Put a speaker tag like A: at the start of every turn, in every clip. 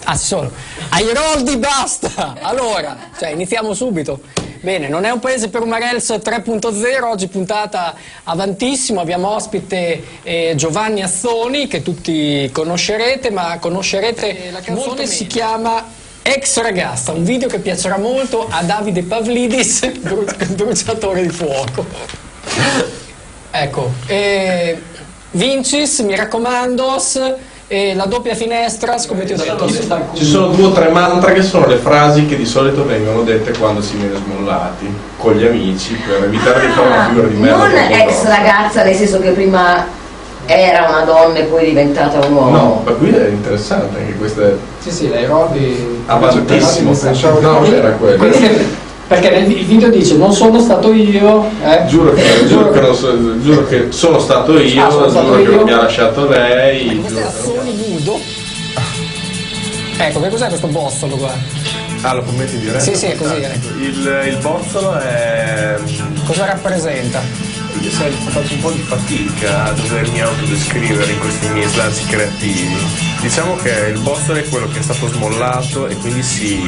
A: cazzo, Ah, ai roldi basta. Allora, cioè, iniziamo subito. Bene, non è un paese per Umarels 3.0, oggi puntata avantissimo, abbiamo ospite eh, Giovanni Azzoni che tutti conoscerete, ma conoscerete
B: Eh, la canzone
A: molte, si
B: meno.
A: chiama Ex ragazza, un video che piacerà molto a Davide Pavlidis, bru- bruciatore di fuoco. Ecco, eh, Vincis, mi raccomando, s- eh, la doppia finestra, come ti ho detto.
C: Ci sono due o tre mantra che sono le frasi che di solito vengono dette quando si viene smollati con gli amici per evitare di fare una figura di merda.
D: Ah, non
C: dopo
D: ex
C: dopo.
D: ragazza, nel senso che prima era una donna e poi è diventata un uomo.
C: No, ma qui è interessante anche questa è
B: Sì, sì, dai Roby.
C: Ah, avantissimo. Pensavo che non era quello.
B: Perché nel il video dice non sono stato io, eh?
C: Giuro che, giuro che non so- giuro che sono stato io,
B: Ah, sono stato
C: giuro che
B: io.
C: mi ha lasciato lei.
A: Questo è
C: giuro-
A: Azzoni Gudo. Ecco, che cos'è questo bozzolo qua?
E: Ah, lo commenti in diretta?
C: Cioè,
A: Sì, sì, è così. eh.
E: Il, il bozzolo è...
A: Cosa rappresenta?
E: Io sai, faccio un po' di fatica a dovermi autodescrivere in questi miei slanci creativi. Diciamo che il bozzolo è quello che è stato smollato e quindi si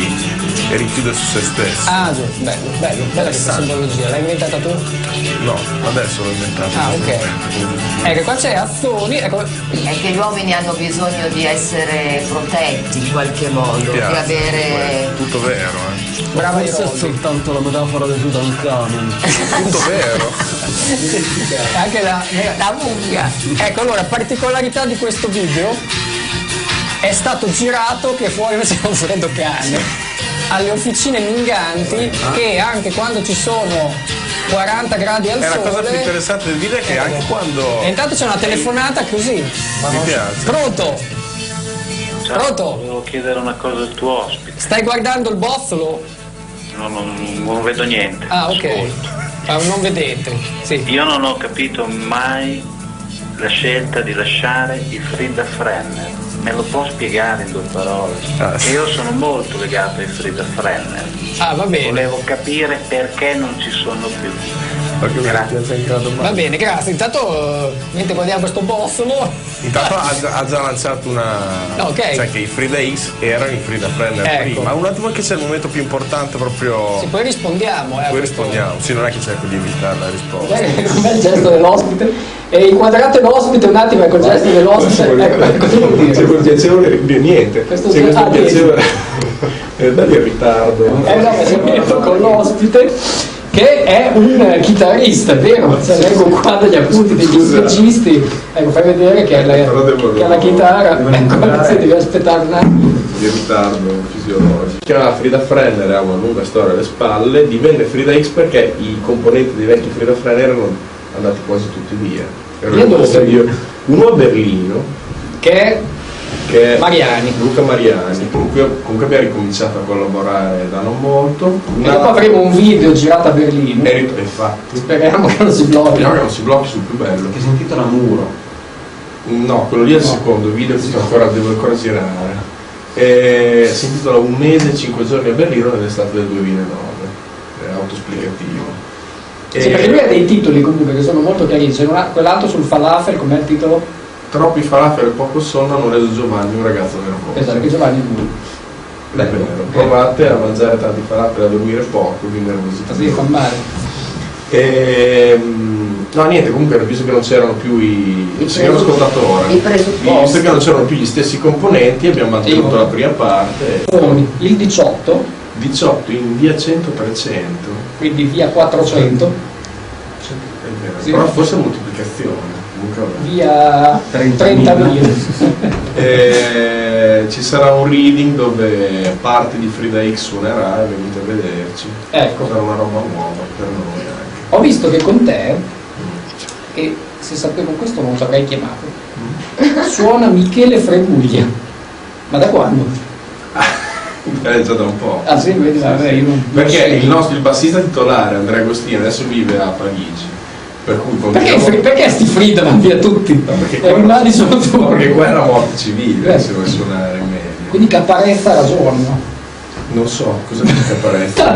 E: richiude su se stesso.
A: Ah, giusto, bello, bello, bella questa simbologia, l'hai inventata tu?
E: No, adesso l'ho inventato.
A: Ah, ok. Ecco, qua c'è Azzoni, ecco,
F: È che gli uomini hanno bisogno di essere protetti in qualche modo, di
E: Piazza,
F: avere.
E: comunque, Tutto vero, eh.
A: brava
G: Questa è
A: Iroldi.
G: soltanto la metafora del Tutankhamon.
A: Ah,
E: Tutto vero.
A: Anche la,
F: La mucchia.
A: Ecco, allora, particolarità di questo video è stato girato che fuori c'è un freddo cane alle officine minganti che anche quando ci sono 40 gradi al
E: È la cosa più
A: sole
E: interessante del video è che anche
A: e
E: quando...
A: intanto c'è una telefonata così
E: Mi piace.
A: pronto
H: Ciao,
A: Pronto?
H: Volevo chiedere una cosa al tuo ospite.
A: stai guardando il bozzolo
H: No, non, non vedo niente.
A: ah ok
H: Ascolto.
A: Ah, non vedete sì
H: Io non ho capito mai la scelta di lasciare il Frida Frenner. Me lo può spiegare in due parole?
E: Ah, sì.
H: Io sono molto legato ai Frida Frenner.
A: ah va bene
H: Volevo capire perché non ci sono più.
E: Perché mi
H: Grazie.
E: piace anche la domanda.
A: va bene grazie intanto eh, mentre guardiamo questo bozzolo
E: Intanto ha già, ha già lanciato una.
A: No, ok.
E: Cioè che i Frida X erano i Frida Frenner
A: Ecco.
E: prima. Un attimo che c'è il momento più importante proprio.
A: sì, poi rispondiamo eh, a
E: Poi
A: questo-
E: rispondiamo. Sì, non è che cerco di evitare la risposta.
B: Con bel gesto dell'ospite. E inquadrate l'ospite un attimo col gesto
C: Questo vuol
B: dell'ospite. Ecco, ecco, cosa vuol
C: dire-
B: dire?
C: C'è quel piacevole di niente. C'è
B: Questo
C: questo
B: ah, dieci.
C: piacevole. Eh, Dai il ritardo.
B: Eh no, ma si è venuto con l'ospite che è un eh, chitarrista, vero? Cioè, leggo qua degli appunti degli
C: Scusa.
B: musicisti. Ecco, fai vedere che è la,
C: Però devo-
B: che ha la chitarra.
C: devo
B: Ecco,
C: imparare.
B: sì, devi aspettare un attimo.
C: di ritardo fisiologico. Si chiamava Frida Frenner, ha una lunga storia alle spalle, divenne Frida X perché i componenti dei vecchi Frida Frenner erano andati quasi tutti via. Ero
B: E
C: io,
B: dove?
C: ero io. Uno a Berlino,
B: Che è
C: che è
B: Mariani.
C: Luca Mariani, con cui, con cui abbiamo ricominciato a collaborare da non molto.
B: E dopo ecco, avremo un video girato a Berlino.
C: E rit- infatti,
B: Speriamo che non si blocchi.
C: speriamo che non si blocchi sul più bello.
G: Che si intitola Muro.
C: No, quello lì è il secondo video che ancora, devo ancora girare. Eh, si intitola Un mese e cinque giorni a Berlino nell'estate del 2009. È autoesplicativo.
B: Sì,
C: Eh,
B: perché lui ha dei titoli comunque che sono molto carini. C'è un- quell'altro sul falafel, com'è il titolo?
C: Troppi falafel e poco sonno hanno reso Giovanni un ragazzo nervoso.
B: Esatto, che Giovanni Ecco, Muro.
C: È vero, Provate a mangiare tanti falafel e a dormire poco, vi nervosità.
B: Così fa male.
C: Ehm, no, niente, comunque era visto che non c'erano più i.
D: I
C: Se ero
D: presu-
C: ascoltato ora.
D: I presupposti.
C: Visto che non c'erano più gli stessi componenti, abbiamo mantenuto la prima parte.
B: Poi, il 18,
C: 18 in via 100 300.
B: quindi via 400,
C: È vero.
B: Sì.
C: Però forse è moltiplicazione. comunque vabbè.
B: via 30.000.
C: Eh, ci sarà un reading dove parte di Frida X suonerà e venite a vederci.
B: Ecco.
C: Sarà una roba nuova per noi anche.
B: Ho visto che con te, e se sapevo questo non ti avrei chiamato, suona Michele Freguglia. Ma da quando?
C: È Eh, già da un po'.
B: Ah sì, vedi, vabbè, io non-
C: Perché
B: non so.
C: il nostro il bassista titolare Andrea Agostini adesso vive a Parigi. Per cui
B: Perché,
C: continuiamo-
B: Fri- perché sti Frida vanno via tutti?
C: perché
B: E ormai sono tu.
C: Perché qua è una morte civile
B: Eh.
C: se vuoi suonare meglio.
B: Quindi Caparezza ha ragione, no?
C: Non so, cosa dice Caparezza?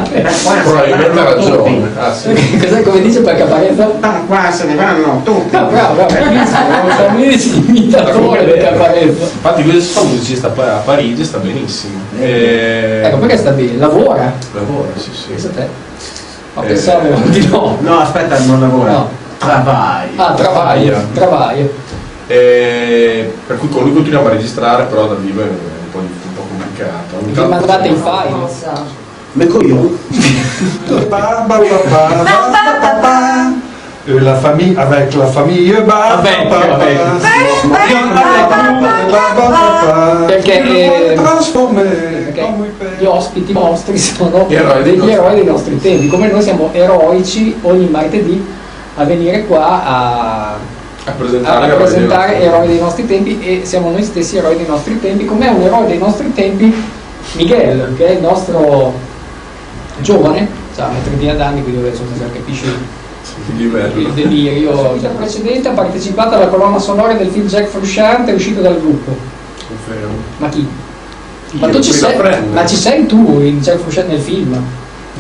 C: Probabilmente
I: Guarda,
C: ha ragione.
I: tutti.
C: Ah, sì.
B: Cos'è come dice per Caparezza?
I: Da qua se ne vanno tutti.
B: Ah, bravo, bravissimo, Samesi, imitatore di Caparezza.
C: Infatti questo musicista poi a Parigi sta benissimo. Eh,
B: Ecco, perché sta bene? Lavora?
C: Lavora, sì, sì.
B: Pensa te. Ma
C: Eh.
B: pensavo di no.
I: No, aspetta, non lavora.
B: No.
I: Travai.
B: Ah, travaglio,
C: Travaglia.
B: travaglio.
C: Eh, per cui con lui continuiamo a registrare, però da vivo è un po', un po complicato. Ogni
B: Gli
C: tanto-
B: mandate i
D: Non
B: file.
D: so.
I: Me coglione.
J: Ba, ba, ba, ba, ba, ba, ba. Et la famille, avec la famille,
I: Ah,
J: bah,
B: Avec,
J: bah, bah,
B: avec.
J: bah. Avec, bah, bah, bah, bah.
B: Perché,
J: Il vuole
B: eh,
J: trasformare
B: perché
J: come i
B: Gli
J: pe-
B: ospiti nostri sono
C: Gli eroi dei
B: degli
C: nostri-
B: eroi dei nostri tempi, come noi siamo eroici ogni martedì a venire qua a,
C: a
B: a
C: presentare,
B: rappresentare eroi dei nostri tempi e siamo noi stessi eroi dei nostri tempi, com'è un eroe dei nostri tempi Miguel, che è il nostro giovane, ha una trentina d'anni, quindi adesso già capisci il
C: livello.
B: delirio. La precedente ha partecipato alla colonna sonora del film Jack Frusciante uscito dal gruppo.
C: Confermo.
B: Ma chi? Ma
C: Io
B: tu ci
C: prima
B: sei?
C: prendo.
B: Ma ci sei tu in Jack Frusciante nel film?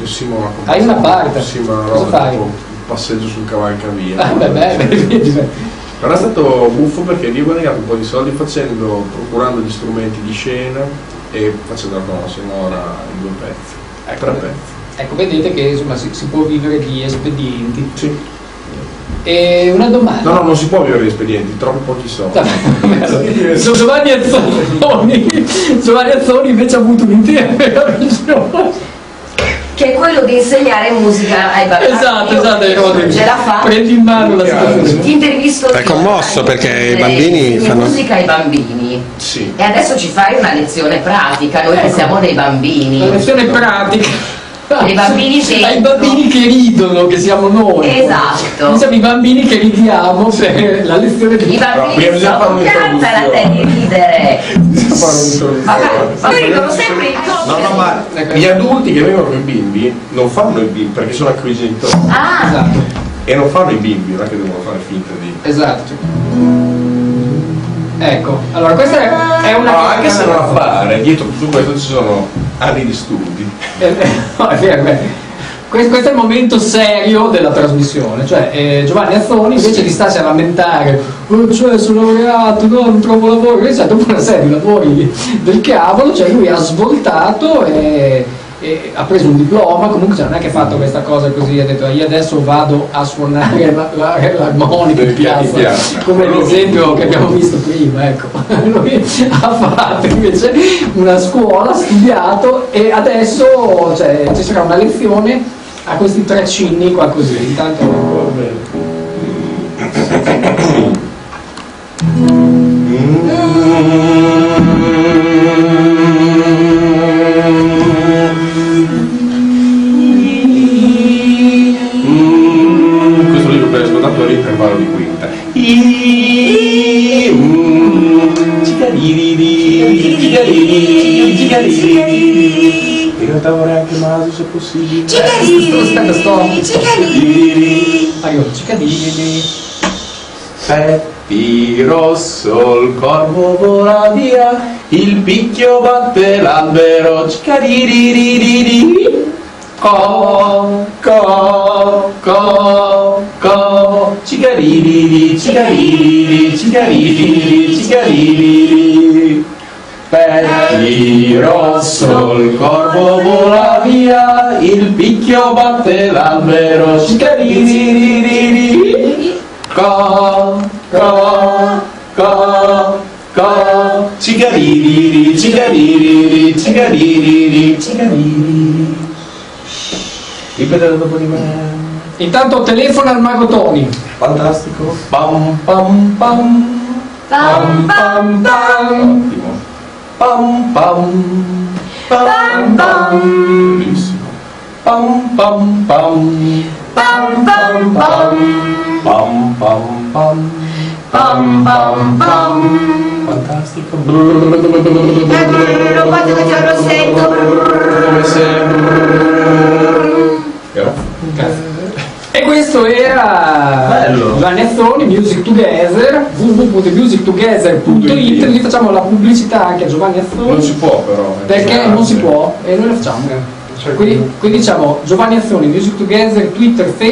C: Io sì, ma una
B: Hai una parte.
C: Sì, ma una
B: Cosa
C: roba
B: fai?
C: tipo un passeggio sul cavalcavia.
B: Ah, beh, beh, beh.
C: Però è stato buffo perché lì ho guadagnato un po' di soldi facendo, procurando gli strumenti di scena e facendo la colonna sonora in due pezzi, tre pezzi.
B: Ecco, vedete che insomma si, si può vivere di espedienti.
C: Sì.
B: E una domanda.
C: No, no, non si può vivere di espedienti, troppo pochi soldi.
B: Sono Giovanni Azzoni. Giovanni Azzoni invece ha avuto un'intera meravigliosa.
D: Che è quello di insegnare musica ai bambini.
B: Esatto, esatto,
D: Io
B: ecco,
D: non Ce la fa.
B: Prendi in mano la situazione.
D: Ti intervisto.
K: È commosso
D: io,
K: perché
D: dai,
K: i bambini
D: insegni
K: fanno-
D: musica ai bambini.
C: Sì.
D: E adesso ci fai una lezione pratica, noi che
B: Ecco.
D: siamo dei bambini.
B: La lezione pratica.
D: Ai bambini che
B: Ai
D: ridono.
B: bambini che ridono, che siamo noi.
D: Esatto.
B: Siamo i bambini che ridiamo per la lezione
D: I
B: di...
C: prima
D: bambini
C: bisogna fare
D: sono canta la te di ridere. Ma ma io dicono sempre i
C: No, no,
D: coppie.
C: ma gli adulti che vengono con i bimbi non fanno i bimbi perché sono anche i genitori
D: Ah,
B: Esatto,
C: e non fanno i bimbi, non è che devono fare finta di.
B: esatto. Ecco, allora questa è, è una...
C: No, anche se non la fare, dietro tutto questo ci sono anni di studi.
B: Eh, eh, no, è vero, è vero. Que- Questo è il momento serio della trasmissione, cioè eh, Giovanni Azzoni invece di starsi a lamentare, "Oh, cioè sono laureato, no, non trovo lavoro, invece dopo una serie di lavori del cavolo, cioè lui ha svoltato e, e ha preso un diploma, comunque cioè, non è che ha fatto questa cosa così, ha detto io adesso vado a suonare la- la- l'armonica in
C: In
B: piazza,
C: piazza.
B: come l'esempio che abbiamo visto prima, ecco. Lui ha fatto invece una scuola, ha studiato e adesso cioè, ci sarà una lezione a questi tracini qua così. Intanto
C: Questo libro per ascoltatori per intervallo di quinta. mm, In realtà vorrei anche Maso se possibile.
B: sto, aspetta, sto. Arrivo, cicadini.
C: Peppi rosso, il corvo vola via, il picchio batte l'albero, cicariririririri. Co, co, co, co, cicaririri, cicaririri, cicaririri, cicaririri. Peppi rosso, il corvo vola via, il picchio batte l'albero, cicariririririri. Co, co, co, co, cigariri, cigariri, cigariri, cigariri. Ripetete dopo di me.
B: Intanto telefona al mago Tony.
C: Fantastico. Pam pam pam.
D: bam, bam,
B: Pam pam.
C: Ottimo. Pam pam. Pam pam. Bellissimo. Pam pam pam.
D: bam, bam, bam,
C: Pam pam pam.
D: bam, bam, bam.
C: Fantastico.
D: Brrr, Quanto che te lo sento, brrr.
C: Come sempre. Grazie.
B: E E questo era
I: Bello.
B: Giovanni Azzoni, Music Together, www.musictogether.it, lì facciamo la pubblicità anche a Giovanni Azzoni.
C: Non si può però. eh.
B: Perché
C: Grazie.
B: non Cioè, si può e noi lo facciamo. Quindi, quindi diciamo Giovanni Azzoni, Music Together, Twitter, Facebook.